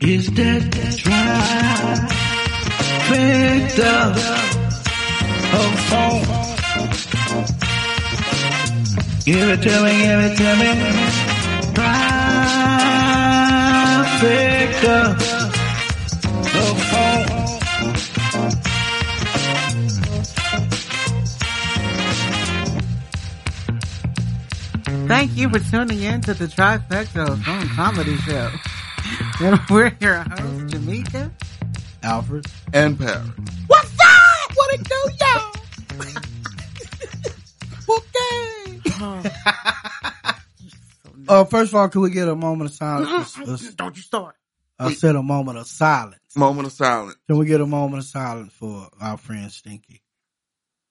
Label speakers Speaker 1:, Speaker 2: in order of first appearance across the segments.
Speaker 1: is dead, that's right. Picked up. Oh, oh. Give it to me, give it to me. Pride picked up. Oh, oh.
Speaker 2: Thank you for tuning in to the Trifecta Phone Comedy Show. And we're your host, Jamaica.
Speaker 3: Alfred and Paris.
Speaker 2: What's up? What it do, y'all? okay.
Speaker 4: Uh, first of all, can we get a moment of
Speaker 3: Uh-huh.
Speaker 4: silence? A- a-
Speaker 2: Don't you start.
Speaker 4: I said a moment of silence.
Speaker 3: Moment of silence.
Speaker 4: Can we get a moment of silence for our friend Stinky?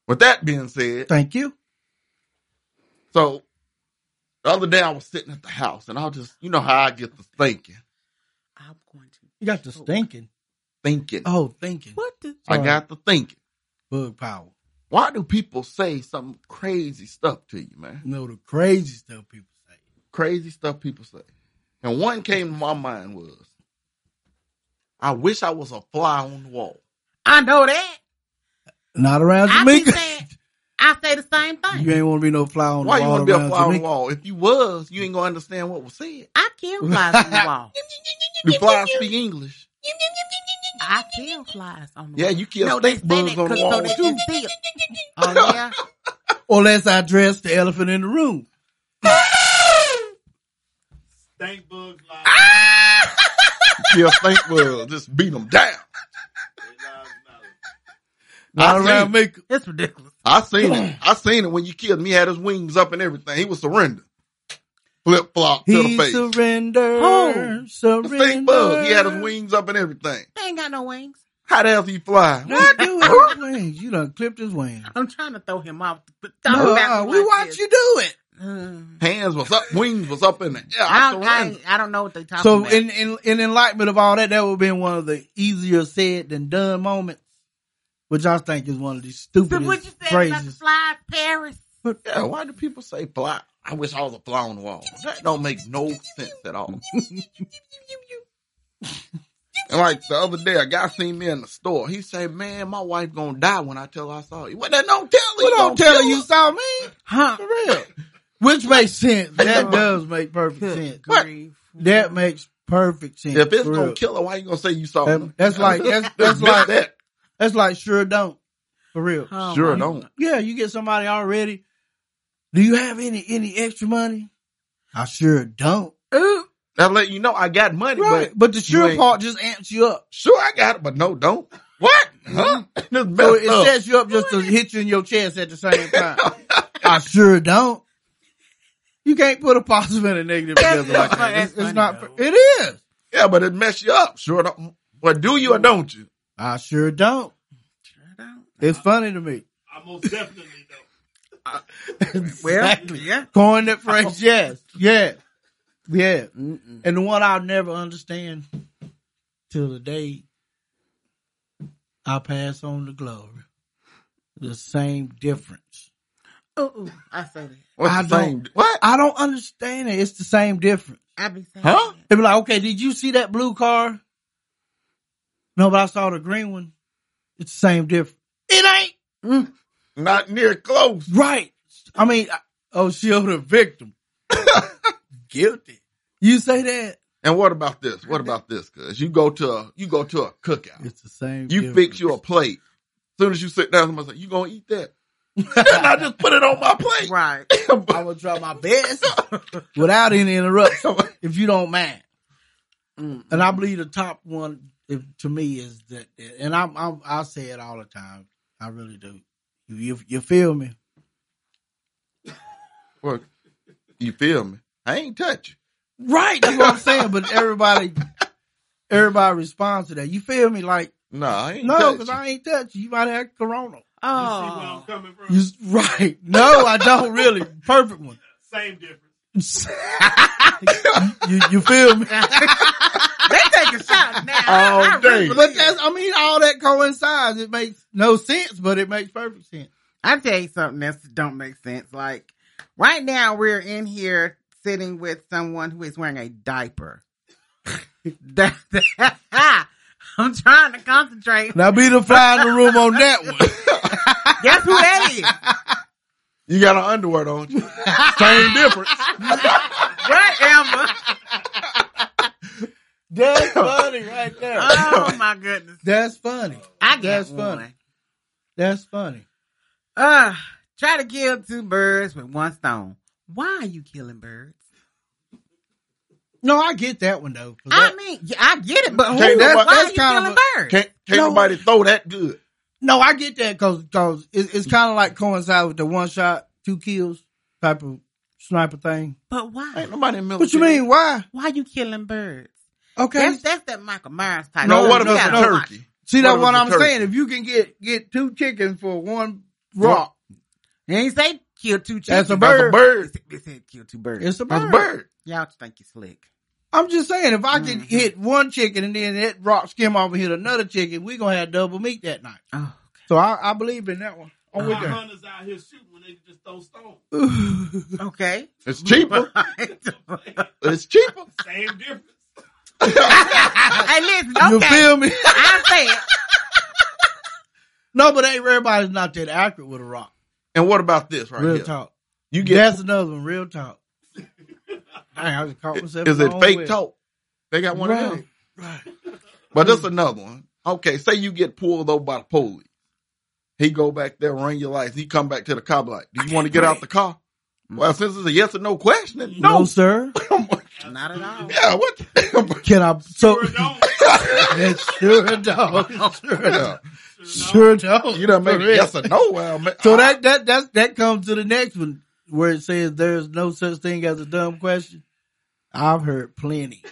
Speaker 3: With that being said,
Speaker 4: Thank you.
Speaker 3: so the other day I was sitting at the house and I was just, you know how I get to thinking.
Speaker 2: I'm going to.
Speaker 4: You got the stinking.
Speaker 3: Thinking.
Speaker 4: Oh, thinking.
Speaker 2: What the?
Speaker 3: I got to thinking.
Speaker 4: Bug power.
Speaker 3: Why do people say some crazy stuff to you, man?
Speaker 4: You know the crazy stuff people say.
Speaker 3: Crazy stuff people say. And one came to my mind was, I wish I was a fly on the wall.
Speaker 2: I know that.
Speaker 4: Not around
Speaker 2: I be
Speaker 4: Jamaica.
Speaker 2: saying, I say the same
Speaker 4: You
Speaker 2: thing.
Speaker 4: ain't want to be no fly on
Speaker 3: Why
Speaker 4: the
Speaker 3: you
Speaker 4: wall
Speaker 3: want to be a
Speaker 4: around
Speaker 3: fly on the
Speaker 4: Jamaica.
Speaker 3: wall? If you was, you ain't gonna understand what was said.
Speaker 2: I kill flies on the wall.
Speaker 3: Do flies speak English?
Speaker 2: I kill flies on the
Speaker 3: Yeah,
Speaker 2: wall.
Speaker 3: you kill
Speaker 2: no, they
Speaker 3: stink
Speaker 2: say that
Speaker 3: bugs on the
Speaker 2: 'cause
Speaker 3: wall
Speaker 2: so they
Speaker 3: too.
Speaker 2: can see 'em. Oh, yeah?
Speaker 4: Unless I dress the elephant in the room.
Speaker 5: Stank bugs lie.
Speaker 3: kill stink bugs, just beat them down.
Speaker 5: They lies matter.
Speaker 3: I
Speaker 4: Not
Speaker 3: seen
Speaker 4: around
Speaker 3: it.
Speaker 4: Jamaica.
Speaker 2: It's ridiculous.
Speaker 3: I seen it. I seen it when you killed him. He had his wings up and everything. He was surrendering. Flip flop to the
Speaker 4: He
Speaker 3: face.
Speaker 4: surrendered.
Speaker 2: Who?
Speaker 3: The
Speaker 4: Surrender.
Speaker 3: stink bug. He had his wings up and everything.
Speaker 2: They ain't got no wings.
Speaker 3: How the hell did he fly?
Speaker 4: What do with his wings? You done clipped his wings.
Speaker 2: I'm trying to throw him off. But
Speaker 4: No,
Speaker 2: back
Speaker 4: uh,
Speaker 2: to
Speaker 4: we
Speaker 2: like
Speaker 4: watch
Speaker 2: this.
Speaker 4: you do it.
Speaker 2: Mm.
Speaker 3: Hands was up, wings was up in the air. I,
Speaker 2: I don't, I,
Speaker 3: surrendered.
Speaker 2: ain't- I don't know what they talking
Speaker 4: So
Speaker 2: about.
Speaker 4: in, in in enlightenment of all that, that would have been one of the easier said than done moments, which I think is one of the
Speaker 2: so what you
Speaker 4: stupidest
Speaker 2: said about the
Speaker 4: phrases.
Speaker 2: fly Paris?
Speaker 3: yeah, why do people say fly? I wish I was a fly on the wall. That don't make no sense at all. And like the other day, a guy seen me in the store. He said, "Man, my wife gonna die when I tell her I saw you." Well, that don't tell her.
Speaker 4: Who
Speaker 3: you
Speaker 4: don't
Speaker 3: gonna
Speaker 4: tell
Speaker 3: kill
Speaker 4: her you
Speaker 3: her.
Speaker 4: saw me? Huh? For real. Which makes sense. That does make perfect sense. That makes perfect sense.
Speaker 3: If it's
Speaker 4: for
Speaker 3: gonna
Speaker 4: real.
Speaker 3: kill her, why you gonna say you saw her?
Speaker 4: That- that's like that's, that's
Speaker 3: Admit
Speaker 4: like
Speaker 3: that.
Speaker 4: that's like sure don't. For real.
Speaker 2: Oh,
Speaker 3: Sure
Speaker 2: my-
Speaker 3: don't.
Speaker 4: Yeah, you get somebody already. Do you have any any extra money? I sure don't.
Speaker 2: Ooh,
Speaker 3: That let you know I got money,
Speaker 4: Right.
Speaker 3: but
Speaker 4: But, the
Speaker 3: you
Speaker 4: sure
Speaker 3: ain't-
Speaker 4: part just amps you up.
Speaker 3: sure I got it, but no, don't. What? Huh? This
Speaker 4: Mm-hmm. So
Speaker 3: messed
Speaker 4: it
Speaker 3: up.
Speaker 4: sets you up just to hit you in your chest at the same time. I sure don't. You can't put a positive and a negative
Speaker 2: That's
Speaker 4: together like
Speaker 2: not-
Speaker 4: that.
Speaker 2: that's
Speaker 4: It's, it's
Speaker 2: funny,
Speaker 4: not.
Speaker 2: though.
Speaker 4: It is.
Speaker 3: yeah, but it messed you up. Sure don't. But do you or don't you?
Speaker 4: I sure don't.
Speaker 2: sure don't.
Speaker 4: It's funny to me.
Speaker 5: I most definitely know.
Speaker 2: Well,
Speaker 4: Exactly.
Speaker 2: yeah.
Speaker 4: Coin that phrase. Yes. Yeah. Yeah. And the one I'll never understand till the day I pass on the glory. The same difference.
Speaker 2: Ooh, ooh, I say that.
Speaker 3: What's
Speaker 4: I
Speaker 3: the same?
Speaker 4: don't.
Speaker 3: What?
Speaker 4: I don't understand it. It's the same difference.
Speaker 2: I be saying
Speaker 3: Huh?
Speaker 2: that.
Speaker 4: They be like, okay, did you see that blue car? No, but I saw the green one. It's the same difference. It ain't
Speaker 3: Not near close.
Speaker 4: right. I mean, I, oh, she owed a victim. Guilty. You say that?
Speaker 3: And what about this? What about this? Cause you go to a, you go to a cookout.
Speaker 4: It's the same.
Speaker 3: You
Speaker 4: difference.
Speaker 3: fix you a plate. soon as you sit down, somebody say, "You gonna eat that?" and I just put it on my plate.
Speaker 2: Right.
Speaker 4: I will try my best without any interruption, if you don't mind.
Speaker 2: Mm.
Speaker 4: And I believe the top one if, to me is that, and I'm, I'm I say it all the time. I really do. You you, you feel me?
Speaker 3: Well, you feel me? I ain't touch you.
Speaker 4: Right, that's what I'm saying. But everybody, everybody responds to that. You feel me? Like
Speaker 3: No, I ain't
Speaker 4: no,
Speaker 3: touch
Speaker 4: because
Speaker 3: you.
Speaker 4: I ain't touched you. You might have corona.
Speaker 5: You see where I'm
Speaker 2: Oh.
Speaker 5: coming from?
Speaker 4: You s- right? No, I don't really. Perfect one.
Speaker 5: Same difference.
Speaker 4: you you feel me?
Speaker 2: they taking shots now.
Speaker 3: All
Speaker 2: I, I really
Speaker 3: day.
Speaker 2: believe
Speaker 4: But
Speaker 2: it.
Speaker 4: that's I mean all that coincides. It makes no sense, but it makes perfect sense.
Speaker 2: I tell you something that don't make sense. Like right now, we're in here sitting with someone who is wearing a diaper. That, that- I'm trying to concentrate.
Speaker 4: Now be the fly in the room on that one.
Speaker 2: Guess who that is?
Speaker 3: You got an underwear, don't you? Same difference.
Speaker 2: Right, Amber?
Speaker 4: That's funny right there.
Speaker 2: Oh my goodness.
Speaker 4: That's funny.
Speaker 2: I
Speaker 4: That's
Speaker 2: guess one.
Speaker 4: funny. That's funny.
Speaker 2: Uh, try to kill two birds with one stone. Why are you killing birds?
Speaker 4: No, I get that one though. 'cause
Speaker 2: I
Speaker 4: that-
Speaker 2: mean, yeah, I get it, but who,
Speaker 3: Can't nobody-
Speaker 2: why are
Speaker 4: that's
Speaker 2: you
Speaker 4: kind of
Speaker 2: killing
Speaker 4: a-
Speaker 2: birds?
Speaker 3: Can't, can't
Speaker 4: No.
Speaker 3: nobody throw that good.
Speaker 4: no, I get that because it, it's kind of like coincide with the one shot, two kills type of sniper thing.
Speaker 2: But why?
Speaker 3: Ain't nobody in the
Speaker 4: What you
Speaker 3: military.
Speaker 4: mean? Why?
Speaker 2: Why you killing birds?
Speaker 4: Okay.
Speaker 2: That's that's that Michael Myers type.
Speaker 3: No,
Speaker 4: No,
Speaker 3: Oh, what if
Speaker 4: no,
Speaker 3: it's a
Speaker 4: no.
Speaker 3: turkey?
Speaker 4: See
Speaker 3: What
Speaker 4: that's
Speaker 3: if
Speaker 4: what
Speaker 3: it's a
Speaker 4: I'm
Speaker 3: turkey?
Speaker 4: saying. If you can get get two chickens for one rock,
Speaker 2: They ain't say kill two chickens.
Speaker 4: That's a
Speaker 3: That's a
Speaker 4: Bird.
Speaker 3: bird.
Speaker 2: It said- It said kill two birds.
Speaker 4: it's a bird.
Speaker 3: That's a bird.
Speaker 2: Y'all think you slick.
Speaker 4: I'm just saying, if I can
Speaker 3: Mm-hmm.
Speaker 4: hit one chicken and then that rock skim off and hit another chicken, we gonna have double meat that night.
Speaker 2: Oh,
Speaker 4: So I, I believe in that one. I'm with
Speaker 5: Why
Speaker 3: Uh-huh.
Speaker 4: that.
Speaker 5: hunters out here shooting when they just throw stones?
Speaker 2: okay.
Speaker 3: It's cheaper.
Speaker 2: hey,
Speaker 3: It's cheaper.
Speaker 5: Same difference.
Speaker 2: listen,
Speaker 4: You
Speaker 2: okay.
Speaker 4: feel me?
Speaker 2: I say it.
Speaker 4: no, but ain't everybody's not that accurate with a rock.
Speaker 3: And what about this right
Speaker 4: real
Speaker 3: here?
Speaker 4: talk.
Speaker 3: You get
Speaker 4: That's another one. Real talk. Dang, I just caught myself.
Speaker 3: is it
Speaker 4: wrong
Speaker 3: fake
Speaker 4: with-
Speaker 3: talk? They got one of
Speaker 4: Right.
Speaker 3: them. But that's another one. Okay, say you get pulled over by the police. He go back there, run your lights. He come back to the car like, do you want to get out the car? Well, since it's a yes or no question, then
Speaker 4: No,
Speaker 3: no.
Speaker 4: sir.
Speaker 2: Not at all.
Speaker 3: yeah, what? the-
Speaker 4: Can I? So
Speaker 5: Sure don't.
Speaker 4: It sure don't. Sure
Speaker 3: yeah.
Speaker 4: don't. Sure don't.
Speaker 3: You done made
Speaker 4: For
Speaker 3: a
Speaker 4: real.
Speaker 3: yes or no. Well, ma-
Speaker 4: So that that that that comes to the next one where it says there's no such thing as a dumb question. I've heard plenty.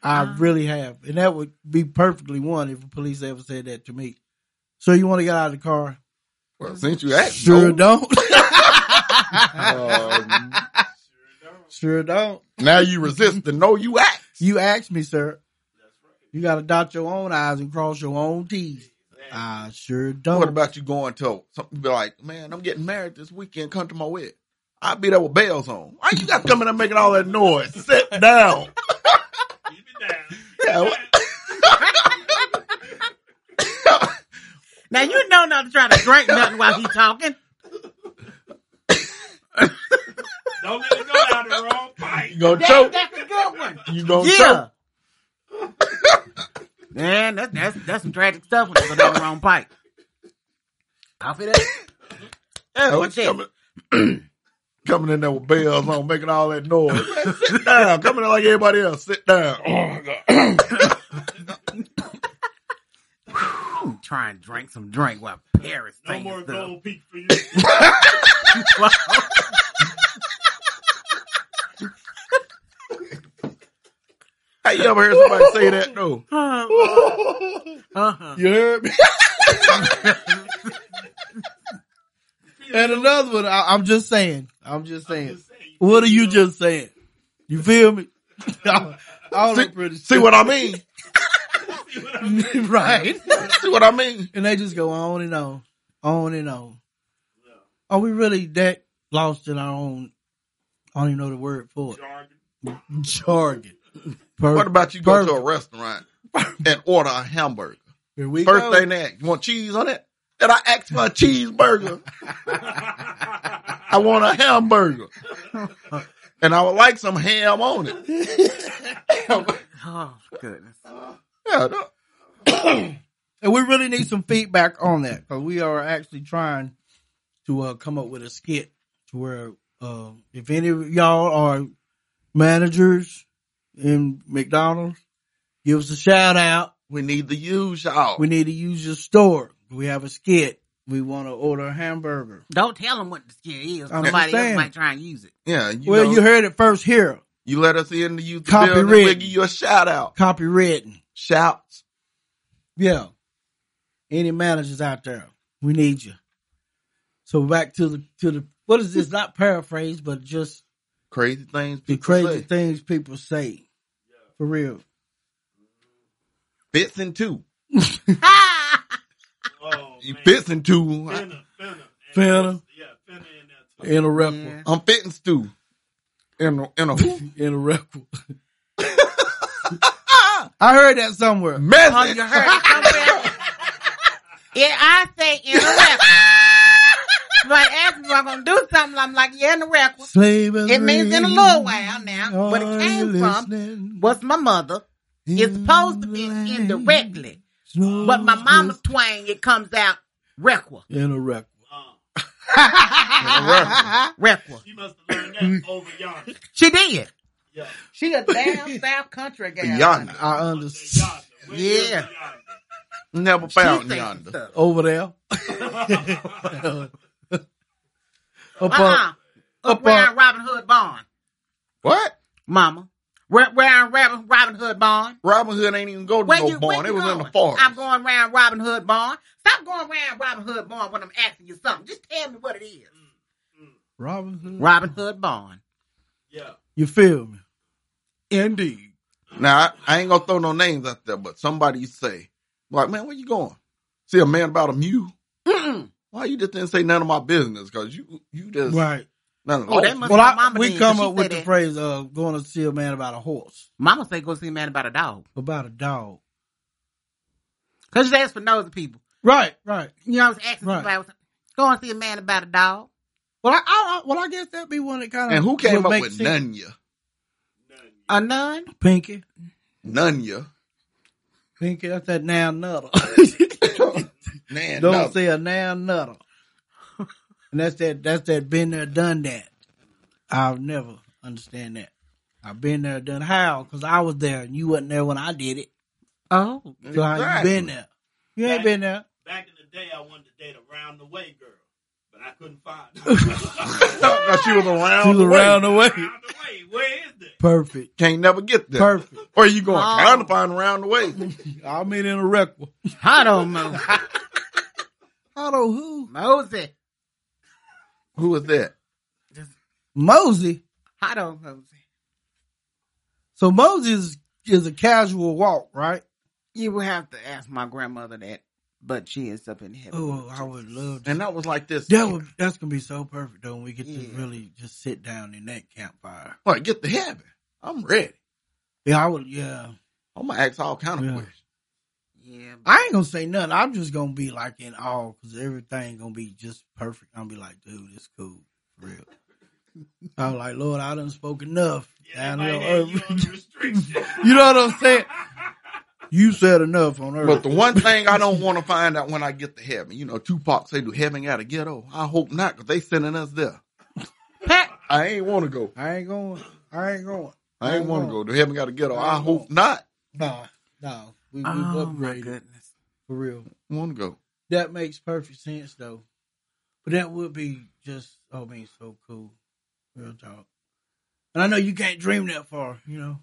Speaker 4: I really have, and that would be perfectly one if the police ever said that to me. So you want to get out of the car?
Speaker 3: well, since you asked,
Speaker 4: Sure
Speaker 3: no.
Speaker 4: don't.
Speaker 3: Um,
Speaker 4: sure don't.
Speaker 3: now you resist the no you act.
Speaker 4: You asked me, sir. You got to dot your own I's and cross your own T's. I sure don't.
Speaker 3: What about you going to something? Be like, man, I'm getting married this weekend. Come to my wedding. I'll be there with bells on. Why you got coming and making all that noise? Sit down.
Speaker 5: Keep it down.
Speaker 3: Yeah, what-
Speaker 2: Now you know not to try to drink nothing while he's talking.
Speaker 5: Don't let it go down the wrong pipe.
Speaker 3: you gonna
Speaker 2: That,
Speaker 3: choke.
Speaker 2: that's a good one.
Speaker 3: You gonna
Speaker 2: Yeah.
Speaker 3: choke.
Speaker 2: Man, that, that's that's some tragic stuff when you go down the wrong pipe. Coffee there. Uh,
Speaker 3: Oh,
Speaker 2: what's
Speaker 3: it's
Speaker 2: that?
Speaker 3: coming, coming in there with bells on, making all that noise. Sit down. Coming in like everybody else. Sit down. Oh my god.
Speaker 2: I'm trying to drink some drink while Paris
Speaker 5: No
Speaker 2: singing
Speaker 5: more
Speaker 2: stuff.
Speaker 5: gold peak for you.
Speaker 3: Hey, you ever heard somebody say that? No.
Speaker 2: Uh-huh.
Speaker 4: You heard me? and another one, I, I'm just saying. I'm just saying.
Speaker 5: Just say you-
Speaker 4: what are you just saying? You feel me? All that pretty
Speaker 3: See what I mean?
Speaker 5: see what I mean?
Speaker 4: shit. right.
Speaker 3: See what I mean?
Speaker 4: And they just go on and on, on and on. Are we really that lost in our own, I don't even know the word for it,
Speaker 5: Jargon.
Speaker 4: jargon? Per-
Speaker 3: What about you go to a
Speaker 4: Perfect.
Speaker 3: restaurant and order a hamburger?
Speaker 4: Here we
Speaker 3: First
Speaker 4: go.
Speaker 3: thing they ask, you want cheese on it? And I asked for a cheeseburger. I want a hamburger. And I would like some ham on it.
Speaker 2: Oh goodness.
Speaker 3: Yeah, no.
Speaker 4: And we really need some feedback on that because we are actually trying to uh, come up with a skit to where uh, if any of y'all are managers in McDonald's, give us a shout out.
Speaker 3: We need to use y'all.
Speaker 4: We need to use your store. We have a skit. We want to order a hamburger.
Speaker 2: Don't tell them what the skill is.
Speaker 4: I'm
Speaker 2: Somebody else
Speaker 4: saying.
Speaker 2: might try and use it.
Speaker 3: yeah, you
Speaker 4: well,
Speaker 3: know,
Speaker 4: you heard it first here.
Speaker 3: you let us in to use the
Speaker 4: Copyright.
Speaker 3: building. We'll give you a shout out.
Speaker 4: Copywritten.
Speaker 3: Shouts.
Speaker 4: Yeah. Any managers out there, we need you. So back to the to the what is this? Not paraphrase, but just
Speaker 3: Crazy things
Speaker 4: the
Speaker 3: people
Speaker 4: crazy
Speaker 3: say.
Speaker 4: things people say. For real.
Speaker 3: Fits in two.
Speaker 5: Oh,
Speaker 3: You
Speaker 5: man.
Speaker 3: fits in two. I,
Speaker 5: Finna, finna. and-
Speaker 4: Finna.
Speaker 5: Yeah, finna in there too.
Speaker 4: Interrupt.
Speaker 2: Yeah.
Speaker 3: Mm-hmm. I'm fitting stew. In a, in a
Speaker 4: Interrupt. I heard that somewhere.
Speaker 3: Message.
Speaker 2: Oh, you heard it somewhere? yeah, I say in the record. Like, ask me if I'm gonna do something. I'm like, yeah, in the record.
Speaker 4: Slavery.
Speaker 2: It means in a little while now, but it came from was my mother. It's supposed to be indirectly, but
Speaker 3: Mm-hmm.
Speaker 2: my mama twang it comes out requa,
Speaker 4: in a record.
Speaker 2: requa.
Speaker 5: Uh, You must have learned that over yonder.
Speaker 2: She did.
Speaker 5: Yeah.
Speaker 2: She a damn South Country gal.
Speaker 3: Yonder.
Speaker 4: I
Speaker 2: uh,
Speaker 5: Say
Speaker 4: understand.
Speaker 5: yonder. Where is
Speaker 2: Yeah.
Speaker 5: yonder?
Speaker 3: Never
Speaker 2: She
Speaker 3: found
Speaker 2: sings
Speaker 3: yonder.
Speaker 2: stuff.
Speaker 4: Over there.
Speaker 3: uh,
Speaker 4: up
Speaker 2: Uh-uh.
Speaker 4: on
Speaker 2: Up
Speaker 4: up
Speaker 2: around
Speaker 4: on-
Speaker 2: Robin Hood Barn,
Speaker 3: What?
Speaker 2: mama. Where around Robin Robin Hood Barn.
Speaker 3: Robin Hood ain't even go to
Speaker 2: Where
Speaker 3: no
Speaker 2: you, where
Speaker 3: barn.
Speaker 2: you
Speaker 3: It was
Speaker 2: going?
Speaker 3: in the forest.
Speaker 2: I'm going around Robin Hood Barn. Stop going around Robin Hood Barn when I'm asking you something. Just tell me what it is.
Speaker 3: Mm-hmm.
Speaker 4: Robin Hood.
Speaker 2: Robin Hood Barn.
Speaker 5: Yeah.
Speaker 4: You feel me? Indeed.
Speaker 3: Now I, I ain't gonna throw no names out there, but somebody say, like, man, where you going? See a man about a mule?
Speaker 2: Mm-mm.
Speaker 3: Why you just didn't say none of my business? Cause you you just
Speaker 4: Right.
Speaker 3: none of
Speaker 2: Oh, that must-
Speaker 3: that.
Speaker 4: Well,
Speaker 2: my
Speaker 4: I,
Speaker 2: mama
Speaker 4: we
Speaker 2: did,
Speaker 4: come
Speaker 2: she
Speaker 4: up with
Speaker 2: said
Speaker 4: the
Speaker 2: that.
Speaker 4: phrase of going to see a man about a horse,
Speaker 2: Mama say go see a man about a dog.
Speaker 4: about a dog.
Speaker 2: Cause you ask for nosy people.
Speaker 4: Right, right.
Speaker 2: You know, I was asking
Speaker 4: Right.
Speaker 2: people. I was go and see a man about a dog.
Speaker 4: Well, I, I, I- well, I guess that'd be one that kind of
Speaker 3: And who came up with Nunya?
Speaker 2: A nun.
Speaker 4: Pinky,
Speaker 3: Nunya.
Speaker 4: Pinky, that's that now nutter.
Speaker 3: Man,
Speaker 4: Don't
Speaker 3: no.
Speaker 4: say a now nutter. And that's that. That's that. Been there, done that. I'll never understand that. I've been there, done how? Because I was there and you wasn't there when I did it.
Speaker 2: Oh,
Speaker 4: So how you
Speaker 3: Exactly.
Speaker 4: been there? You ain't
Speaker 5: Right.
Speaker 4: been there.
Speaker 5: Back in the day, I wanted to date a round the way girl, but I couldn't find her.
Speaker 3: No, no, she was around.
Speaker 4: She was
Speaker 3: the way.
Speaker 4: around the way.
Speaker 5: round the way, where is that?
Speaker 4: Perfect.
Speaker 3: Can't never get there.
Speaker 4: Perfect.
Speaker 3: Or you going
Speaker 2: Oh.
Speaker 3: trying to find around the way?
Speaker 4: I mean, in a record.
Speaker 2: I don't know.
Speaker 4: I don't who
Speaker 2: Mosey.
Speaker 3: Who was that?
Speaker 4: Mosey.
Speaker 2: I don't Mosey.
Speaker 4: So Moses is a casual walk, right?
Speaker 2: You will have to ask my grandmother that, but she is up in heaven.
Speaker 4: Oh, I would love to.
Speaker 3: And that was like this.
Speaker 4: That would that's gonna be so perfect though. When we get
Speaker 2: Yeah.
Speaker 4: to really just sit down in that campfire.
Speaker 3: All right, get to heaven. I'm ready.
Speaker 4: Yeah, I would. Yeah,
Speaker 3: I'm gonna ask all kind of
Speaker 4: Yeah.
Speaker 3: questions.
Speaker 2: Yeah.
Speaker 4: I ain't gonna say nothing. I'm just gonna be like in awe because everything gonna be just perfect. I'm gonna be like, dude, it's cool, for real. I was like, Lord, I done spoke enough
Speaker 5: Yeah,
Speaker 4: down
Speaker 5: they
Speaker 4: here on
Speaker 5: might have you
Speaker 4: earth.
Speaker 5: under restriction.
Speaker 4: you know what I'm saying? You said enough on
Speaker 3: But
Speaker 4: earth.
Speaker 3: the one thing I don't want to find out when I get to heaven, you know, Tupac say, "Do heaven got a ghetto?" I hope not, cause they sending us there.
Speaker 2: Pa-
Speaker 3: I ain't want to go.
Speaker 4: I ain't going. I ain't going.
Speaker 3: I ain't want to go. Do heaven got a ghetto?
Speaker 4: I
Speaker 3: I
Speaker 4: ain't
Speaker 3: hope
Speaker 4: going.
Speaker 3: not.
Speaker 4: Nah, nah. We, we've
Speaker 2: oh my
Speaker 4: upgraded
Speaker 2: goodness.
Speaker 4: for real.
Speaker 3: Want to go?
Speaker 4: That makes perfect sense though. But that would be just oh I mean so cool. Real talk. And I know you can't dream that far, you know.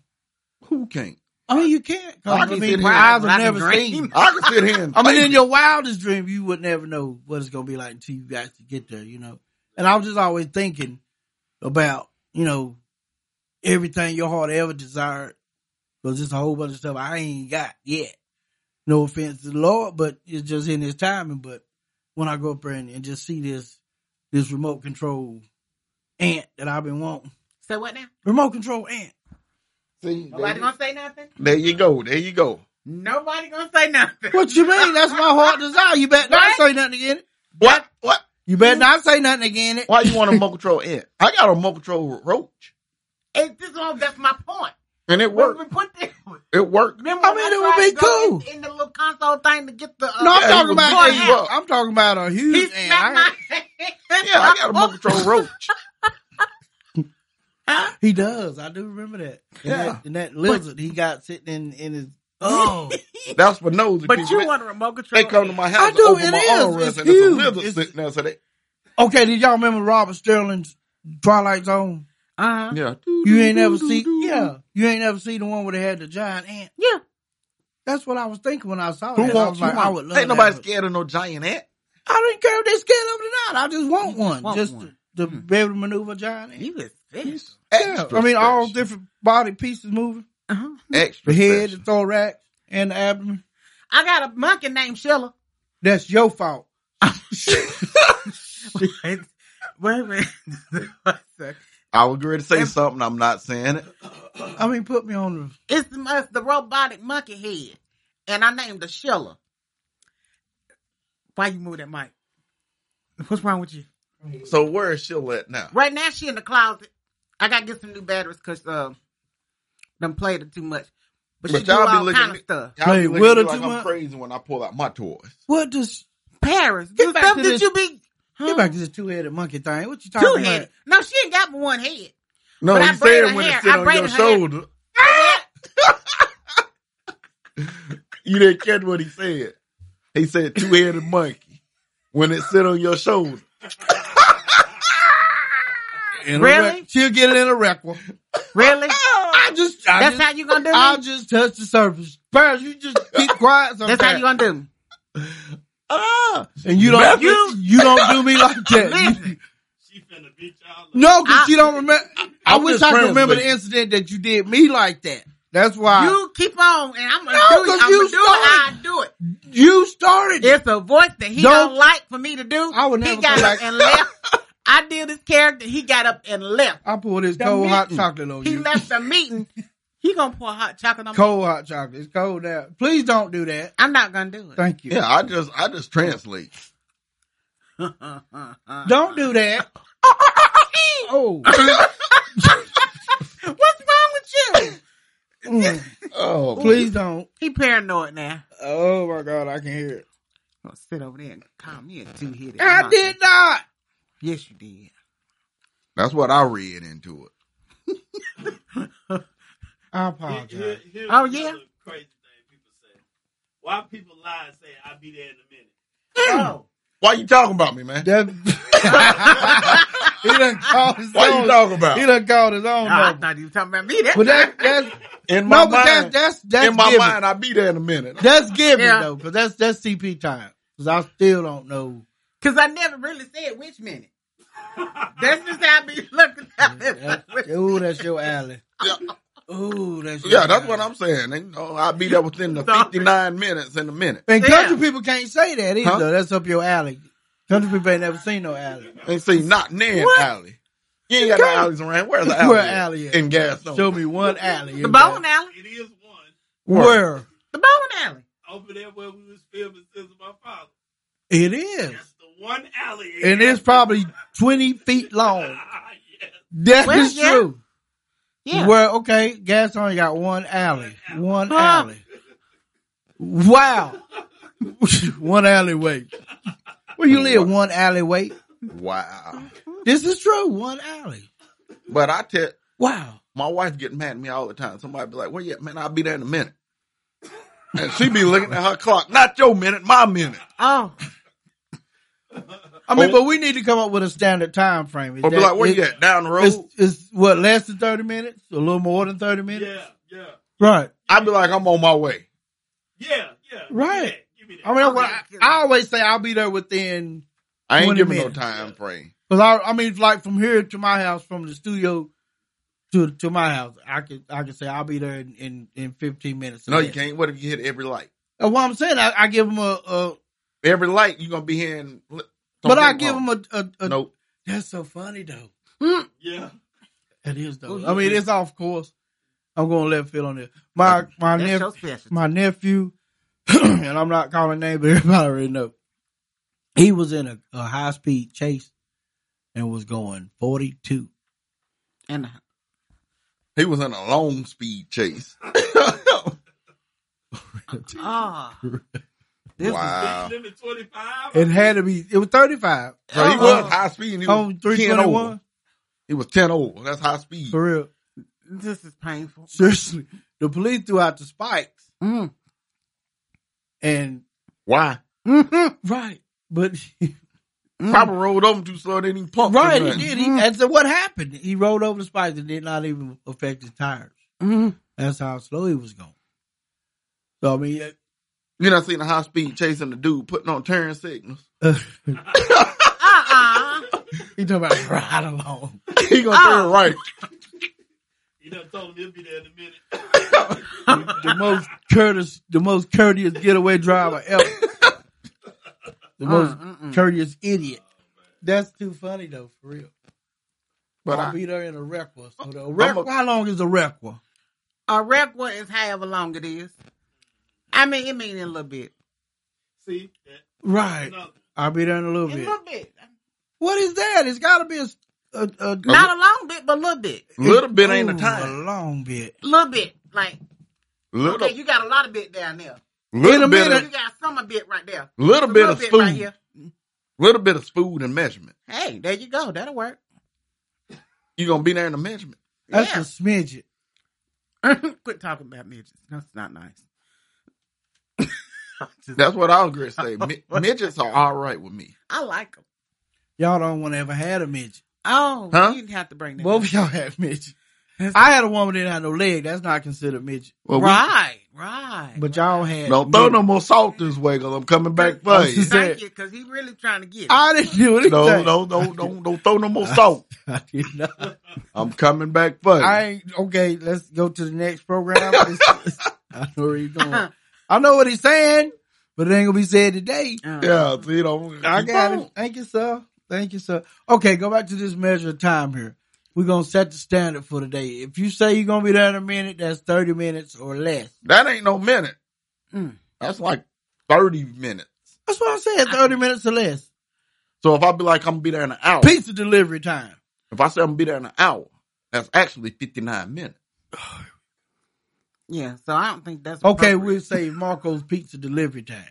Speaker 3: Who can't?
Speaker 4: I mean you can't. 'cause,
Speaker 3: I
Speaker 4: I,
Speaker 3: can sit
Speaker 4: mean my
Speaker 3: here
Speaker 4: eyes
Speaker 2: and
Speaker 4: have
Speaker 2: I can
Speaker 4: never
Speaker 2: dream.
Speaker 4: seen.
Speaker 3: I can sit here. And
Speaker 4: I mean in
Speaker 3: think.
Speaker 4: your wildest dream you would never know what it's gonna be like until you actually get there, you know. And I was just always thinking about, you know, everything your heart ever desired. Cause just a whole bunch of stuff I ain't got yet. No offense to the Lord, but it's just in his timing. But when I go up there and, and just see this this remote control ant that I've been wanting.
Speaker 2: Say what now?
Speaker 4: Remote control ant.
Speaker 3: See,
Speaker 2: Nobody
Speaker 3: there,
Speaker 2: gonna say nothing?
Speaker 3: there you go. There you go.
Speaker 2: Nobody gonna say nothing.
Speaker 4: What you mean? That's my heart desire. You better not say nothing again.
Speaker 3: What? What?
Speaker 4: You better not say nothing again.
Speaker 3: Why you want a remote control ant? I got a remote control roach,
Speaker 2: It's just all that's my point.
Speaker 3: and it
Speaker 2: What we
Speaker 3: worked.
Speaker 2: put there.
Speaker 3: It worked.
Speaker 2: Remember
Speaker 4: I mean, it would
Speaker 2: tried
Speaker 4: be
Speaker 2: to go
Speaker 4: cool.
Speaker 2: in, in the little console thing to get the. Uh,
Speaker 4: No, I'm
Speaker 3: Yeah,
Speaker 4: talking
Speaker 3: you
Speaker 4: about
Speaker 3: gonna
Speaker 4: a-
Speaker 3: blow it up.
Speaker 4: I'm talking about a
Speaker 2: He
Speaker 4: huge ant.
Speaker 2: smacked my
Speaker 4: I-
Speaker 2: hand.
Speaker 3: Yeah, I got a remote control roach.
Speaker 4: he does. I do remember that. And
Speaker 3: Yeah.
Speaker 4: that, and that lizard he got sitting in, in his Oh
Speaker 3: That's for nosy
Speaker 2: But
Speaker 3: people.
Speaker 2: you want a remote control?
Speaker 3: they come to my house,
Speaker 4: I
Speaker 3: and
Speaker 4: do,
Speaker 3: open
Speaker 4: it
Speaker 3: my
Speaker 4: is.
Speaker 3: armrest,
Speaker 4: It's
Speaker 3: and it's a
Speaker 4: huge.
Speaker 3: lizard
Speaker 4: It's-
Speaker 3: sitting there. So they,
Speaker 4: Okay, did y'all remember Robert Sterling's Twilight Zone?
Speaker 2: Uh huh.
Speaker 3: yeah,
Speaker 4: You ain't ever see, yeah. You ain't ever see the one where they had the giant ant.
Speaker 2: Yeah.
Speaker 4: That's what I was thinking when I saw
Speaker 3: Who
Speaker 4: that. I
Speaker 3: wants
Speaker 4: was
Speaker 3: you?
Speaker 4: like, I would
Speaker 3: want?
Speaker 4: love
Speaker 3: Ain't
Speaker 4: that,
Speaker 3: nobody
Speaker 4: but
Speaker 3: scared of no giant ant.
Speaker 4: I don't care if they scared of it or not. I just want one,
Speaker 2: want
Speaker 4: just
Speaker 2: one.
Speaker 4: to, to be able to maneuver a giant ant.
Speaker 2: You is fish.
Speaker 4: Yeah, I mean, all
Speaker 3: special.
Speaker 4: different body pieces moving:
Speaker 2: Uh-huh.
Speaker 3: extra
Speaker 4: the head, the
Speaker 3: special.
Speaker 4: thorax, and the abdomen.
Speaker 2: I got a monkey named Sheila.
Speaker 4: That's your fault.
Speaker 2: Wait a minute. Wait a second.
Speaker 3: I was ready to say something. I'm not saying it.
Speaker 4: I mean, put me on the
Speaker 2: It's the, it's the robotic monkey head, and I named her Sheila. Why you move that mic? What's wrong with you?
Speaker 3: So where is she at now?
Speaker 2: Right now she in the closet. I gotta get some new batteries because uh, done played it too much. But, she
Speaker 3: But
Speaker 2: do
Speaker 3: y'all be
Speaker 2: all
Speaker 3: looking
Speaker 2: kind of
Speaker 3: at-
Speaker 2: stuff.
Speaker 3: Y'all
Speaker 4: Wait,
Speaker 3: be looking
Speaker 4: Wilder
Speaker 3: at me like
Speaker 4: too
Speaker 3: I'm
Speaker 4: much?
Speaker 3: crazy when I pull out my toys.
Speaker 4: What does
Speaker 2: Paris,
Speaker 4: Get
Speaker 2: you
Speaker 4: back
Speaker 2: stuff
Speaker 4: to
Speaker 2: that
Speaker 4: this-
Speaker 2: you be huh?
Speaker 4: get back to this two headed monkey thing? What you talking
Speaker 2: two
Speaker 4: about?
Speaker 2: headed. No, she ain't got but one head.
Speaker 3: No,
Speaker 2: But I
Speaker 3: you
Speaker 2: braided
Speaker 3: said when
Speaker 2: her
Speaker 3: it
Speaker 2: hair.
Speaker 3: sit
Speaker 2: I
Speaker 3: on your
Speaker 2: braided her hair.
Speaker 3: shoulder.
Speaker 4: Ah!
Speaker 3: You didn't catch what he said. He said two headed monkey when it sit on your shoulder.
Speaker 4: In a
Speaker 2: Really?
Speaker 4: wreck- She'll get it in a record.
Speaker 2: Really?
Speaker 4: I just, I
Speaker 2: That's
Speaker 4: Ah! just,
Speaker 2: how you gonna do
Speaker 4: I
Speaker 2: me?
Speaker 4: just touched the surface. Paris, you just keep quiet sometimes.
Speaker 2: That's how you gonna do me.
Speaker 3: Ah,
Speaker 4: uh, and you don't, you,
Speaker 2: Matthew.
Speaker 4: you don't do me like that. You-
Speaker 2: Listen,
Speaker 5: She finna beat y'all up.
Speaker 4: no, because
Speaker 2: I-
Speaker 4: you don't remember. I,
Speaker 3: I'm
Speaker 4: wish
Speaker 3: just
Speaker 4: I could
Speaker 3: friends
Speaker 4: remember
Speaker 3: with
Speaker 4: the
Speaker 3: you.
Speaker 4: incident that you did me like that. That's why
Speaker 2: you keep on, and I'm gonna
Speaker 4: No,
Speaker 2: do it.
Speaker 4: 'cause
Speaker 2: I'm
Speaker 4: you
Speaker 2: gonna do it. how I do it.
Speaker 4: you started. it.
Speaker 2: It's a voice that he
Speaker 4: Don't-
Speaker 2: don't, like for me to do.
Speaker 4: I would never
Speaker 2: he got
Speaker 4: go
Speaker 2: up
Speaker 4: back.
Speaker 2: and left. I did his character. He got up and left.
Speaker 4: I pour this cold hot
Speaker 2: meeting.
Speaker 4: chocolate on
Speaker 2: He
Speaker 4: you.
Speaker 2: left the meeting. He gonna pour hot chocolate on me.
Speaker 4: Cold hot chocolate. It's cold now. Please don't do that.
Speaker 2: I'm not gonna do it.
Speaker 4: Thank you.
Speaker 3: yeah, I just I just translate.
Speaker 4: Don't do that. oh.
Speaker 2: What's wrong with you?
Speaker 4: Mm.
Speaker 3: Oh,
Speaker 4: Please don't.
Speaker 2: He paranoid now.
Speaker 4: Oh my God, I can hear it.
Speaker 2: I'm gonna sit over there and call me a two headed.
Speaker 4: I did Mm. not.
Speaker 2: Yes, you did.
Speaker 3: that's what I read into it.
Speaker 4: I
Speaker 5: Here- here-
Speaker 4: apologize.
Speaker 5: here's
Speaker 2: Oh, yeah?
Speaker 5: another Crazy thing people say. Why people lie and say I'll be there in a minute.
Speaker 2: Oh,
Speaker 3: Why you talking about me, man?
Speaker 4: That, he done called his
Speaker 3: Why
Speaker 4: own.
Speaker 3: you talking about?
Speaker 4: He done called his own
Speaker 2: I
Speaker 4: number.
Speaker 2: thought you were talking about me. That's
Speaker 4: But that, that's
Speaker 3: In my
Speaker 4: no, but that's
Speaker 3: mind,
Speaker 4: that's that's
Speaker 3: in my
Speaker 4: giving.
Speaker 3: mind, I'll be there in a minute.
Speaker 4: That's giving
Speaker 2: Yeah.
Speaker 4: though, because that's that's CP time. Because I still don't know.
Speaker 2: because I never really said which minute. That's just how I be looking at
Speaker 4: That,
Speaker 2: it.
Speaker 4: ooh, that's your alley.
Speaker 3: Yeah.
Speaker 4: Ooh, that's your
Speaker 3: Yeah, that's
Speaker 4: alley.
Speaker 3: what I'm saying. You know, I'll be there within the
Speaker 2: Sorry.
Speaker 3: 59 minutes in a minute.
Speaker 4: And
Speaker 2: Yeah.
Speaker 4: country people can't say that either.
Speaker 3: Huh?
Speaker 4: That's up your alley. Country people ain't never seen no alley.
Speaker 3: Ain't seen not near an
Speaker 2: What?
Speaker 3: alley. You ain't got no alleys around. Where's the alley?
Speaker 4: Where
Speaker 3: at?
Speaker 4: alley at?
Speaker 3: In Gaston.
Speaker 4: Show me one alley.
Speaker 2: The bowling alley.
Speaker 5: It is one
Speaker 4: Where
Speaker 2: The bowling alley.
Speaker 5: over there where we was filming since my father.
Speaker 4: it is,
Speaker 5: That's the one alley.
Speaker 4: and it's probably twenty feet long. That is
Speaker 5: yes.
Speaker 2: Well, yeah.
Speaker 4: true.
Speaker 2: Yeah.
Speaker 4: Where okay, Gaston only got one alley, one
Speaker 2: Huh.
Speaker 4: alley. Wow, one alleyway. Where you live? One alleyway.
Speaker 3: Wow.
Speaker 4: This is true. One alley.
Speaker 3: But I tell
Speaker 4: Wow.
Speaker 3: my wife get mad at me all the time. Somebody be like, "Well, yeah, man, I'll be there in a minute," and she be looking at her clock. Not your minute, my minute.
Speaker 2: Oh,
Speaker 4: I mean,
Speaker 3: Oh.
Speaker 4: but we need to come up with a standard time frame. Is
Speaker 3: Or be
Speaker 4: that-
Speaker 3: like, "Where
Speaker 4: it-
Speaker 3: you at? Down the road?"
Speaker 4: It's, it's what less than thirty minutes, a little more than thirty minutes.
Speaker 5: Yeah, yeah.
Speaker 4: Right.
Speaker 3: I be like, "I'm on my way."
Speaker 5: Yeah, yeah. Give me
Speaker 4: Right.
Speaker 5: that, Give me that.
Speaker 4: I mean,
Speaker 2: Okay.
Speaker 4: I, I always say I'll be there within
Speaker 3: I ain't
Speaker 4: 20
Speaker 3: giving
Speaker 4: minutes.
Speaker 3: no time frame.
Speaker 4: because I, I mean, like from here to my house, from the studio to to my house, I could I could say I'll be there in in, in fifteen minutes.
Speaker 3: No, you can't. What if you hit every light?
Speaker 4: That's what I'm saying. I, I give them a, a
Speaker 3: Every light, you gonna be here. In, don't
Speaker 4: but
Speaker 3: get
Speaker 4: I
Speaker 3: me
Speaker 4: give
Speaker 3: wrong.
Speaker 4: them a, a, a
Speaker 3: Nope.
Speaker 4: That's so funny though.
Speaker 5: yeah.
Speaker 4: That is though.
Speaker 2: Well,
Speaker 4: I
Speaker 2: you-
Speaker 4: mean, it's off course. I'm gonna let Phil on there. My my
Speaker 2: that's
Speaker 4: nephew.
Speaker 2: your special.
Speaker 4: my nephew, and I'm not calling names, but everybody already know. He was in a, a high speed chase and was going 42.
Speaker 2: And
Speaker 3: He was in a long speed chase.
Speaker 2: ah, this
Speaker 3: wow.
Speaker 5: Limit 25.
Speaker 4: It had to be, it was 35
Speaker 3: So he
Speaker 2: Uh-uh.
Speaker 3: was high speed. And he was
Speaker 4: on
Speaker 3: 10 over.
Speaker 4: 321.
Speaker 3: He was 10 over. That's high speed.
Speaker 4: For real.
Speaker 2: is, this is painful.
Speaker 4: Seriously. The police threw out the spikes
Speaker 2: Mm.
Speaker 4: and,
Speaker 3: Why?
Speaker 2: Mhm.
Speaker 4: right. But,
Speaker 3: Probably rolled over too slow. They didn't pump.
Speaker 4: right,
Speaker 3: him
Speaker 4: he did.
Speaker 3: then.
Speaker 4: He, and so what happened? He rolled over the spikes and did not even affect his tires.
Speaker 2: Mhm.
Speaker 4: That's how slow he was going. So, I mean,
Speaker 3: You know, I seen a high speed chasing the dude putting on turn signals.
Speaker 4: uh,
Speaker 2: Uh-uh.
Speaker 4: he talking about ride along.
Speaker 3: he gonna turn right.
Speaker 5: He done told him he'll be there in a minute.
Speaker 4: the most courteous, the most courteous getaway driver ever. The most
Speaker 2: Mm, mm, mm.
Speaker 4: courteous idiot. That's too funny though, for real.
Speaker 3: But
Speaker 4: I'll
Speaker 3: I,
Speaker 4: be there in a requa. So the
Speaker 3: I'm
Speaker 4: requa
Speaker 3: a-
Speaker 4: how long is a requa?
Speaker 2: A requa is however long it is. I mean, it means in a little bit.
Speaker 5: See, that,
Speaker 4: Right.
Speaker 5: another.
Speaker 4: I'll be there in a little
Speaker 2: In a
Speaker 4: bit.
Speaker 2: little bit.
Speaker 4: What is that? It's got to be a, s- a- a-
Speaker 2: Not a long bit, but a little bit.
Speaker 3: little bit ain't the
Speaker 4: Ooh,
Speaker 3: time.
Speaker 4: A long bit.
Speaker 2: little bit. Like,
Speaker 3: Little,
Speaker 2: okay, you got a lot of bit down there.
Speaker 4: in a
Speaker 3: little bit,
Speaker 2: You
Speaker 3: of,
Speaker 4: minute.
Speaker 2: got some of bit right there.
Speaker 3: little
Speaker 2: A
Speaker 3: bit of
Speaker 2: right
Speaker 3: food,
Speaker 2: here.
Speaker 3: little bit of food and measurement.
Speaker 2: Hey, there you go. That'll work.
Speaker 3: You gonna be there in the measurement.
Speaker 4: That's
Speaker 2: Yeah.
Speaker 4: a smidget.
Speaker 2: Quit talking about midgets. That's not nice.
Speaker 3: That's what I was gonna say. Mi- midgets are all right with me.
Speaker 2: I like them.
Speaker 4: Y'all don't want to ever had a midget.
Speaker 2: Oh,
Speaker 3: Huh?
Speaker 2: you didn't have to bring that.
Speaker 4: Both
Speaker 2: up.
Speaker 4: of y'all had midget. I had a woman that didn't have no leg. That's not considered midget.
Speaker 3: Well, we-
Speaker 2: right, right.
Speaker 4: But y'all had.
Speaker 3: don't throw
Speaker 4: midget.
Speaker 3: no more salt this way, cause I'm coming back
Speaker 4: I
Speaker 3: for
Speaker 4: was
Speaker 3: you.
Speaker 4: just
Speaker 2: Thank
Speaker 4: saying-
Speaker 2: you, because he really trying to get it.
Speaker 4: I didn't do anything.
Speaker 3: No, no, no, don't, don't throw no more salt.
Speaker 4: I did not.
Speaker 3: I'm coming back for
Speaker 4: I
Speaker 3: you.
Speaker 4: ain't, okay, let's go to the next program. It's- I know where he's
Speaker 2: Uh,
Speaker 4: going. I know what he's saying, but it ain't gonna be said today.
Speaker 2: Uh,
Speaker 3: Yeah, see, don't.
Speaker 4: I
Speaker 3: keep
Speaker 4: got
Speaker 3: on.
Speaker 4: it. Thank you, sir. Thank you, sir. Okay, go back to this measure of time here. We're gonna set the standard for today. If you say you're gonna be there in a minute, that's thirty minutes or less.
Speaker 3: That ain't no minute.
Speaker 2: Mm.
Speaker 3: That's like thirty minutes.
Speaker 4: That's what I'm saying. Thirty minutes or less.
Speaker 3: So if I be like, I'm gonna be there in an hour.
Speaker 4: Pizza delivery time.
Speaker 3: If I say I'm gonna be there in an hour, that's actually 59 minutes.
Speaker 2: Yeah, so I don't think that's
Speaker 4: Okay,
Speaker 2: appropriate.
Speaker 4: we'll say Marco's pizza delivery time.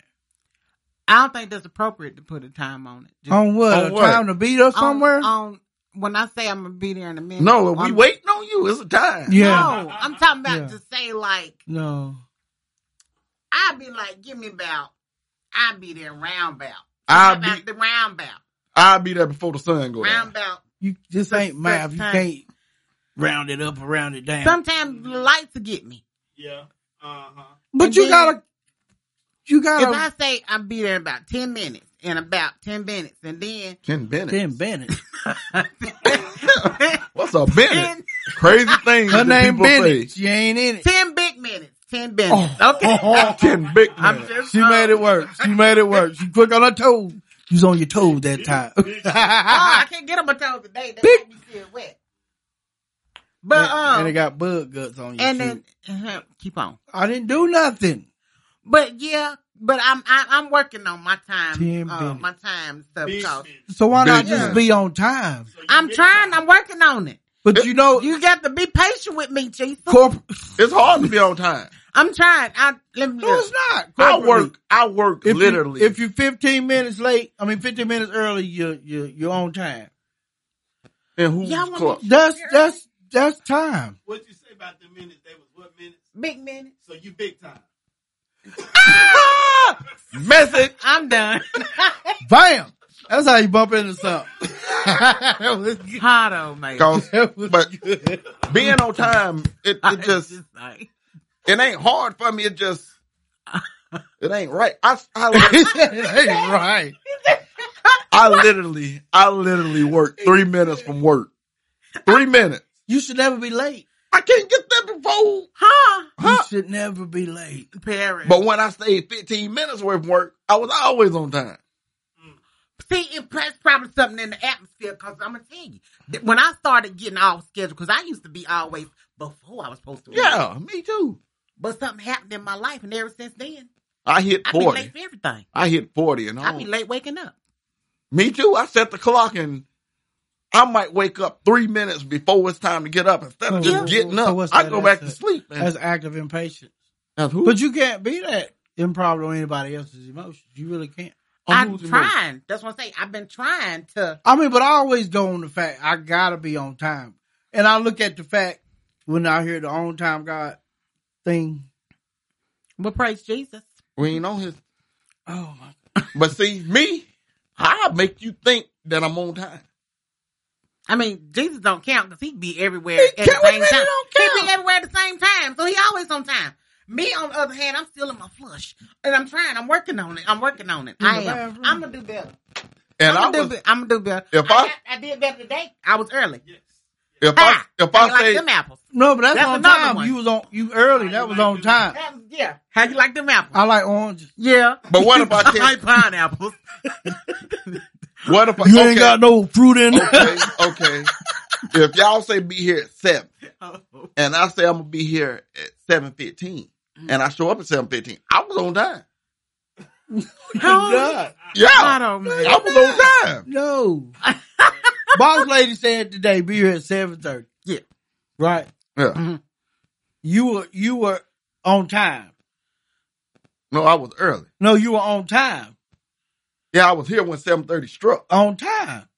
Speaker 2: I don't think that's appropriate to put a time on it. Just
Speaker 4: On what?
Speaker 3: On
Speaker 4: a
Speaker 3: what?
Speaker 4: Time to beat us somewhere?
Speaker 2: On, on- when I say I'm gonna be there in a minute.
Speaker 3: No, if we
Speaker 2: I'm-
Speaker 3: waiting on you, it's a time.
Speaker 2: No,
Speaker 4: Mm. yeah.
Speaker 2: I'm talking about
Speaker 4: Yeah.
Speaker 2: to say like
Speaker 4: No.
Speaker 2: I'd be like, give me about. I'd be there round about.
Speaker 3: I'll
Speaker 2: How
Speaker 3: be
Speaker 2: about the round about?
Speaker 3: I'll be there before the sun goes
Speaker 2: Round
Speaker 3: down.
Speaker 2: about.
Speaker 4: You this
Speaker 2: The
Speaker 4: ain't math. You
Speaker 2: first time.
Speaker 4: can't round it up or round it down.
Speaker 2: Sometimes the lights will get me.
Speaker 5: Yeah. Uh huh.
Speaker 4: but
Speaker 2: and
Speaker 4: you
Speaker 2: then-
Speaker 4: gotta you
Speaker 2: If
Speaker 4: gotta
Speaker 2: I say I'll be there in about 10 minutes, in about 10 minutes, and then.
Speaker 3: Ten minutes.
Speaker 4: Tim Bennett.
Speaker 3: What's a minute?
Speaker 2: 10,
Speaker 3: Crazy thing.
Speaker 4: Her name
Speaker 3: people
Speaker 4: Bennett.
Speaker 3: Say.
Speaker 4: She ain't in it.
Speaker 2: 10 big minutes.
Speaker 4: Oh.
Speaker 2: 10 minutes. okay.
Speaker 3: Ten big
Speaker 2: I'm
Speaker 3: minutes.
Speaker 2: just.
Speaker 4: She made it work. She made it work. She quick on her toes. She was on your toes that time.
Speaker 2: Oh,
Speaker 4: Ah.
Speaker 2: I can't get on my toes today. That
Speaker 4: Big-
Speaker 2: make me feel wet. But, um.
Speaker 4: and it got bug guts on you.
Speaker 2: and then. uh-huh, keep on.
Speaker 4: I didn't do nothing.
Speaker 2: But yeah, but I'm I, I'm working on my time,
Speaker 4: Ten
Speaker 2: uh,
Speaker 4: minutes.
Speaker 2: my time stuff.
Speaker 5: Big
Speaker 2: 'cause
Speaker 5: minutes.
Speaker 4: So why not
Speaker 3: Bitch.
Speaker 4: just
Speaker 2: Yeah.
Speaker 4: be on time?
Speaker 5: So you
Speaker 2: I'm
Speaker 5: big
Speaker 2: trying.
Speaker 5: time.
Speaker 2: I'm working on it.
Speaker 4: But you know,
Speaker 2: You got to be patient with me, Jesus.
Speaker 4: corporate.
Speaker 3: It's hard to be on time.
Speaker 2: I'm trying. I let me.
Speaker 4: No,
Speaker 2: look.
Speaker 4: it's not.
Speaker 3: I
Speaker 4: Corporately.
Speaker 3: work. I work
Speaker 4: If you-
Speaker 3: literally.
Speaker 4: if you're 15 minutes late, I mean 15 minutes early, you you you're on time.
Speaker 3: in who's
Speaker 2: Y'all want
Speaker 3: club.
Speaker 2: me-
Speaker 4: That's that's that's time.
Speaker 5: What you say about the minutes? They was what minutes?
Speaker 2: Big minute.
Speaker 5: So you big time.
Speaker 3: Message.
Speaker 2: I'm done.
Speaker 4: Bam. That's how you bump into something. that was good.
Speaker 2: Hot old man.
Speaker 3: 'Cause
Speaker 4: That was
Speaker 3: But-
Speaker 4: good.
Speaker 3: being on time, it,
Speaker 2: I
Speaker 3: it just
Speaker 2: like,
Speaker 3: it ain't hard for me. It just it ain't right. I I like,
Speaker 4: Hey, right.
Speaker 3: I literally, I literally work three minutes from work. Three minutes.
Speaker 4: You should never be late.
Speaker 3: I can't get there before.
Speaker 2: huh?
Speaker 3: Huh?
Speaker 4: You should never be late.
Speaker 2: Parents.
Speaker 3: But when I stayed 15 minutes worth of work, I was always on time.
Speaker 2: See, it- that's probably something in the atmosphere because I'm gonna tell you that when I started getting off schedule because I used to be always before I was supposed to. work.
Speaker 3: Yeah, me too.
Speaker 2: But something happened in my life, and ever since then,
Speaker 3: I hit
Speaker 2: I be
Speaker 3: 40.
Speaker 2: late for everything.
Speaker 3: I hit 40
Speaker 4: Oh.
Speaker 3: and
Speaker 2: I
Speaker 3: all.
Speaker 2: be late waking up.
Speaker 3: Me too. I set the clock and I might wake up three minutes before it's time to get up. Instead of
Speaker 4: So
Speaker 3: just
Speaker 4: wh-
Speaker 3: getting
Speaker 4: so
Speaker 3: up,
Speaker 4: what's
Speaker 3: I
Speaker 4: that
Speaker 3: go back to
Speaker 4: asset?
Speaker 3: sleep. man.
Speaker 4: That's active impatience.
Speaker 3: That's who?
Speaker 4: But you can't be that improbable on anybody else's emotions. You really can't.
Speaker 3: I'm
Speaker 2: I'm
Speaker 3: losing
Speaker 2: trying. That's what I'm saying. I've been trying to.
Speaker 4: I mean, but I always go on the fact I gotta be on time, and I look at the fact when I hear the on time God thing.
Speaker 2: Well, praise Jesus.
Speaker 3: we ain't on his.
Speaker 4: Oh my!
Speaker 3: But see, me, I make you think that I'm on time.
Speaker 2: I mean, Jesus don't count because he be everywhere
Speaker 4: He
Speaker 2: at the
Speaker 4: count- what
Speaker 2: same
Speaker 4: you mean he
Speaker 2: time.
Speaker 4: don't
Speaker 2: He be
Speaker 4: count?
Speaker 2: everywhere at the same time, so he always on time. Me, on the other hand, I'm still in my flush, and I'm trying. I'm working on it. I'm working on it. I
Speaker 4: the
Speaker 2: am.
Speaker 4: bathroom.
Speaker 2: I'm gonna do better.
Speaker 3: And I
Speaker 2: I'm gonna
Speaker 3: was,
Speaker 2: do. Be- I'm gonna do better.
Speaker 3: If
Speaker 2: I,
Speaker 3: I-
Speaker 2: got- I did better today. I was early.
Speaker 5: Yes.
Speaker 3: if I,
Speaker 2: Ha!
Speaker 3: if
Speaker 2: How
Speaker 3: I
Speaker 2: you like
Speaker 3: say,
Speaker 2: them apples.
Speaker 4: No, but that's,
Speaker 2: That's
Speaker 4: on
Speaker 2: another
Speaker 4: time.
Speaker 2: one.
Speaker 4: You was on you early. That was on time.
Speaker 2: That was- Um, yeah. How you like them apples?
Speaker 4: I like oranges.
Speaker 2: yeah.
Speaker 3: but what if I
Speaker 2: I
Speaker 3: tell,
Speaker 2: like pineapples.
Speaker 3: what if I, okay,
Speaker 4: no fruit in
Speaker 3: okay, okay. if y'all say be here at seven,
Speaker 4: Oh.
Speaker 3: and I say I'm gonna be here at seven fifteen,
Speaker 2: Mm.
Speaker 3: and I show up at seven fifteen, I was on time.
Speaker 4: God.
Speaker 3: Yeah,
Speaker 2: I
Speaker 3: I,
Speaker 2: don't know.
Speaker 3: was on time.
Speaker 4: No. Boss lady said today, be here at seven thirty.
Speaker 2: Yeah.
Speaker 4: Right.
Speaker 3: Yeah,
Speaker 4: You were you were on time.
Speaker 3: no, I was early.
Speaker 4: No, you were on time.
Speaker 3: Yeah, I was here when seven thirty struck.
Speaker 4: On time.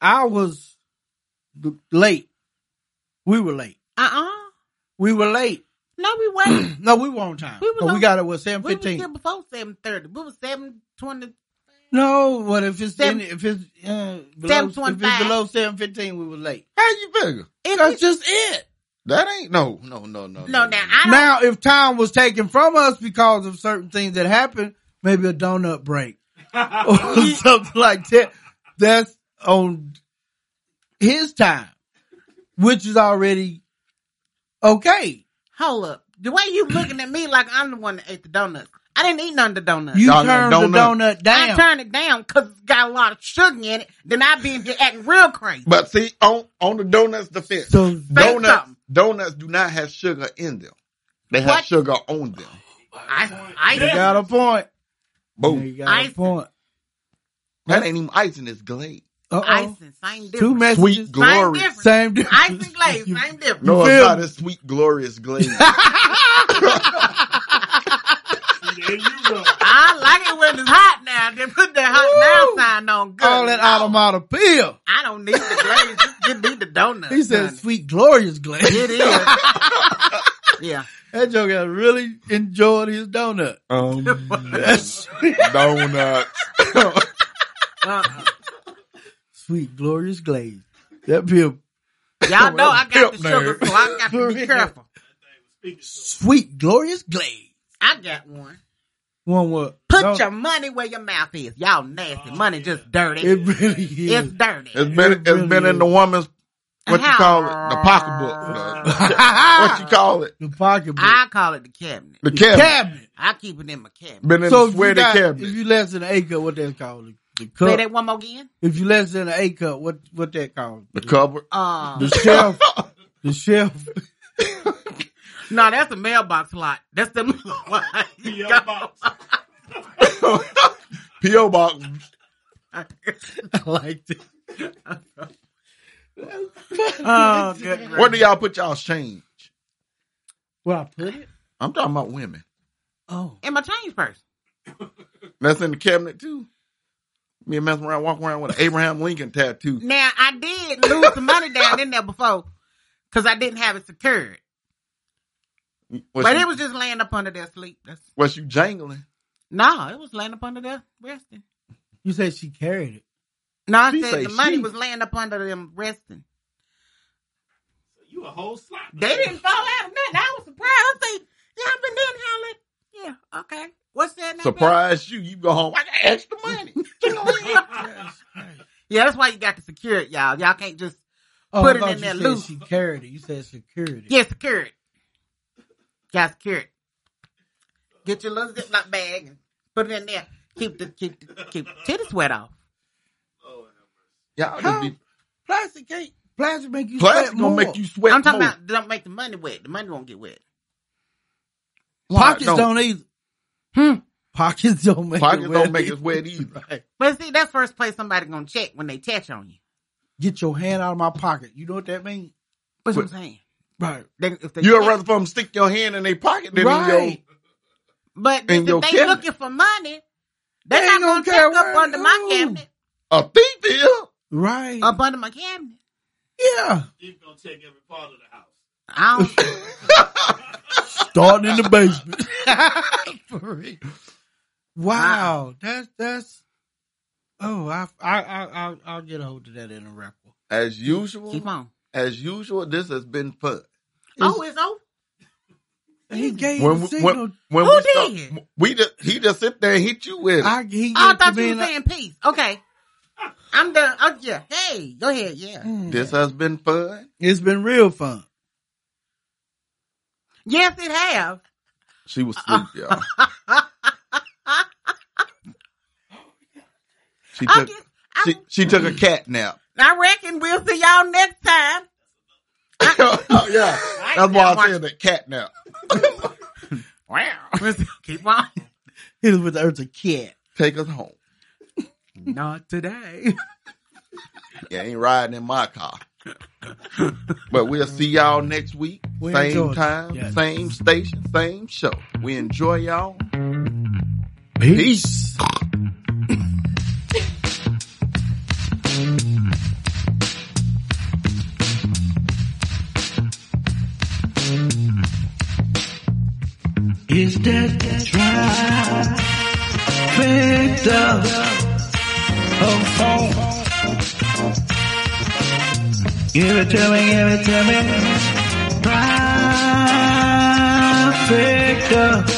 Speaker 4: I was l- late. We were late.
Speaker 2: Uh-uh.
Speaker 4: We were late.
Speaker 2: No, we waited.
Speaker 4: No, we were on time.
Speaker 2: We was
Speaker 4: Oh,
Speaker 2: on-
Speaker 4: got it. Was seven
Speaker 2: we was
Speaker 4: fifteen?
Speaker 2: here before seven thirty. We was seven twenty.
Speaker 4: No, but if it's
Speaker 2: Seven-
Speaker 4: in, if it's uh, below, if
Speaker 2: 7:25.
Speaker 4: it's below seven fifteen, we were late.
Speaker 3: How you figure?
Speaker 4: That's just it.
Speaker 3: That ain't no, no, no, no.
Speaker 2: No, now I don't.
Speaker 4: Now, if time was taken from us because of certain things that happened, maybe a donut break or something like that. That's on his time, which is already okay.
Speaker 2: Hold up. The way you looking at me like I'm the one that ate the donuts. I didn't eat none of the donuts.
Speaker 4: You
Speaker 3: Donut,
Speaker 4: turned the
Speaker 3: donut.
Speaker 4: donut down.
Speaker 2: I turned it down because it's got a lot of sugar in it. Then I been just acting real crazy.
Speaker 3: But see, on on the donuts defense,
Speaker 4: so
Speaker 2: Say
Speaker 3: donuts
Speaker 2: something.
Speaker 3: donuts do not have sugar in them. They have
Speaker 2: What?
Speaker 3: sugar on them.
Speaker 2: I,
Speaker 4: you
Speaker 2: I,
Speaker 4: got a point. You
Speaker 3: Boom.
Speaker 4: got a
Speaker 2: Icing.
Speaker 4: point.
Speaker 3: That ain't even icing. It's glaze.
Speaker 4: Uh-oh.
Speaker 2: icing, same difference.
Speaker 4: Two messages.
Speaker 3: Sweet glory.
Speaker 2: difference.
Speaker 4: Same difference.
Speaker 2: Icing glaze, same difference.
Speaker 3: No,
Speaker 4: You
Speaker 3: it's
Speaker 4: feel
Speaker 3: not.
Speaker 4: me?
Speaker 3: It's sweet glorious glaze.
Speaker 5: There you go.
Speaker 2: I like it when it's hot now. They put that hot
Speaker 4: Woo.
Speaker 2: now sign on. Good.
Speaker 4: All that
Speaker 2: Lord.
Speaker 4: automatopoeia.
Speaker 2: I don't need the glaze. Just give me the donuts.
Speaker 4: He said,
Speaker 2: honey.
Speaker 4: "Sweet glorious glaze."
Speaker 2: It is. yeah.
Speaker 4: That joker really enjoyed his donut.
Speaker 3: um,
Speaker 4: That's sweet,
Speaker 3: donuts.
Speaker 2: Uh-uh.
Speaker 4: sweet glorious glaze. That be a
Speaker 2: Y'all know I got the
Speaker 4: Help, man.
Speaker 2: sugar, so I got to be careful.
Speaker 4: sweet glorious glaze.
Speaker 2: I got one.
Speaker 4: One what?
Speaker 2: Put
Speaker 4: Don't-
Speaker 2: your money where your mouth is. Y'all nasty. money just dirty.
Speaker 4: It really
Speaker 2: it's
Speaker 4: is.
Speaker 2: dirty.
Speaker 3: It's been it's been in the woman's what you call it the pocketbook.
Speaker 4: Ah.
Speaker 3: The- what you call it
Speaker 4: the pocketbook.
Speaker 2: I call it the cabinet.
Speaker 3: the cabinet.
Speaker 4: cabinet.
Speaker 2: I keep it in my cabinet.
Speaker 3: Been in
Speaker 4: So if
Speaker 3: the
Speaker 4: you,
Speaker 3: sweaty
Speaker 4: got,
Speaker 3: cabinet.
Speaker 4: if you less than an A cup, what that's called? The
Speaker 2: Say
Speaker 4: cup.
Speaker 2: that one more again.
Speaker 4: if you less than an A cup, what what that called?
Speaker 3: the cupboard.
Speaker 2: Uh,
Speaker 4: The shelf. the shelf.
Speaker 2: no, that's a mailbox lot. That's the
Speaker 5: P.O. box.
Speaker 3: P.O. box.
Speaker 4: I like that.
Speaker 2: Oh, good
Speaker 3: Where do y'all put y'all's change?
Speaker 4: Where I put it?
Speaker 3: I'm talking about women.
Speaker 4: Oh,
Speaker 2: in my change purse.
Speaker 3: That's in the cabinet too. Me and mess around, walk around with an Abraham Lincoln tattoo.
Speaker 2: Now I did lose some money down in there before because I didn't have it secured,
Speaker 3: Was,
Speaker 2: but
Speaker 3: you,
Speaker 2: it was just laying up under their sleep. That's
Speaker 3: was you jangling?
Speaker 2: no, it was laying up under their resting.
Speaker 4: you said she carried it.
Speaker 2: No, I
Speaker 3: She say
Speaker 2: said the money
Speaker 3: she.
Speaker 2: was laying up under them resting.
Speaker 5: You a whole slot.
Speaker 2: They didn't fall out of nothing. I was surprised. I think, yeah, I've been doing how like, yeah, okay. What's that? now,
Speaker 3: Surprise you, you go home. I got extra money.
Speaker 2: baby? Yeah, that's why you got to secure it, y'all. Y'all can't just
Speaker 4: Oh,
Speaker 2: Put
Speaker 4: I
Speaker 2: it
Speaker 4: thought
Speaker 2: in there
Speaker 4: you said
Speaker 2: loose.
Speaker 4: She carried it. You said security.
Speaker 2: yeah secure it. Got secure it. Get your little ziploc bag and put it in there. Keep the keep the, keep the titty sweat off.
Speaker 3: Y'all just be,
Speaker 4: Plastic can't. Plastic make you
Speaker 3: plastic
Speaker 4: sweat
Speaker 3: gonna
Speaker 4: more.
Speaker 3: make you sweat.
Speaker 2: I'm talking
Speaker 3: more.
Speaker 2: about don't make the money wet. The money won't get wet.
Speaker 4: Pockets
Speaker 3: Why?
Speaker 4: don't. either.
Speaker 2: Hmm.
Speaker 4: Pockets don't make
Speaker 3: Pockets
Speaker 4: it
Speaker 3: don't
Speaker 4: wet.
Speaker 3: make e- us wet either.
Speaker 4: Right.
Speaker 2: But see, that's first place somebody gonna check when they touch on you.
Speaker 4: Get your hand out of my pocket. You know what that means?
Speaker 2: That's what I'm saying.
Speaker 4: Right.
Speaker 2: They, if they
Speaker 3: You'd
Speaker 2: check-
Speaker 3: rather for them stick your hand in their pocket than in your
Speaker 4: Right.
Speaker 2: But
Speaker 3: in
Speaker 2: if
Speaker 3: your
Speaker 2: they
Speaker 3: cabinet.
Speaker 2: looking for money, they're
Speaker 4: They ain't
Speaker 2: not
Speaker 4: gonna
Speaker 2: gonna,
Speaker 4: care
Speaker 2: check up
Speaker 4: where-
Speaker 2: under my
Speaker 4: no.
Speaker 2: cabinet.
Speaker 3: a thief is.
Speaker 4: Right.
Speaker 2: Up under my cabinet.
Speaker 4: yeah.
Speaker 5: You gonna check every part of the house.
Speaker 2: I don't
Speaker 4: Starting in the basement. For real. Wow. That's that's. Oh, I I I I'll, I'll get a hold of that in a record.
Speaker 3: As usual,
Speaker 2: keep on.
Speaker 3: as usual, this has been fun.
Speaker 2: Oh, it's over.
Speaker 4: He gave
Speaker 3: When
Speaker 4: the
Speaker 3: we,
Speaker 4: signal.
Speaker 3: when, when
Speaker 2: Who
Speaker 3: we start-
Speaker 2: did?
Speaker 3: we just, he just sit there and hit you with it.
Speaker 4: I, he
Speaker 2: Oh,
Speaker 4: gave it to
Speaker 2: I thought
Speaker 4: me
Speaker 2: you were
Speaker 4: and I-
Speaker 2: saying peace. Okay. I'm done. Oh yeah. Hey, go ahead, yeah.
Speaker 3: This has been fun.
Speaker 4: Mm. It's been real fun.
Speaker 2: Yes, it have.
Speaker 3: She was
Speaker 2: Uh-uh.
Speaker 3: asleep, y'all. She
Speaker 2: I
Speaker 3: took
Speaker 2: get,
Speaker 3: she,
Speaker 2: I,
Speaker 3: she took a cat nap.
Speaker 2: I reckon we'll see y'all next time.
Speaker 3: Oh, yeah,
Speaker 2: I
Speaker 3: that's why
Speaker 2: can't watch-
Speaker 3: I said that catnap.
Speaker 2: Wow. Keep on.
Speaker 6: Hit us with the earth a cat.
Speaker 3: Take us home.
Speaker 2: Not today.
Speaker 3: Yeah, ain't riding in my car. but we'll see y'all next week.
Speaker 6: We
Speaker 3: same
Speaker 6: enjoyed it.
Speaker 3: time,
Speaker 6: Yes.
Speaker 3: same station, same show. We enjoy y'all. Peace.
Speaker 4: Is that traffic up of home? Give it to me, give it to me. Traffic up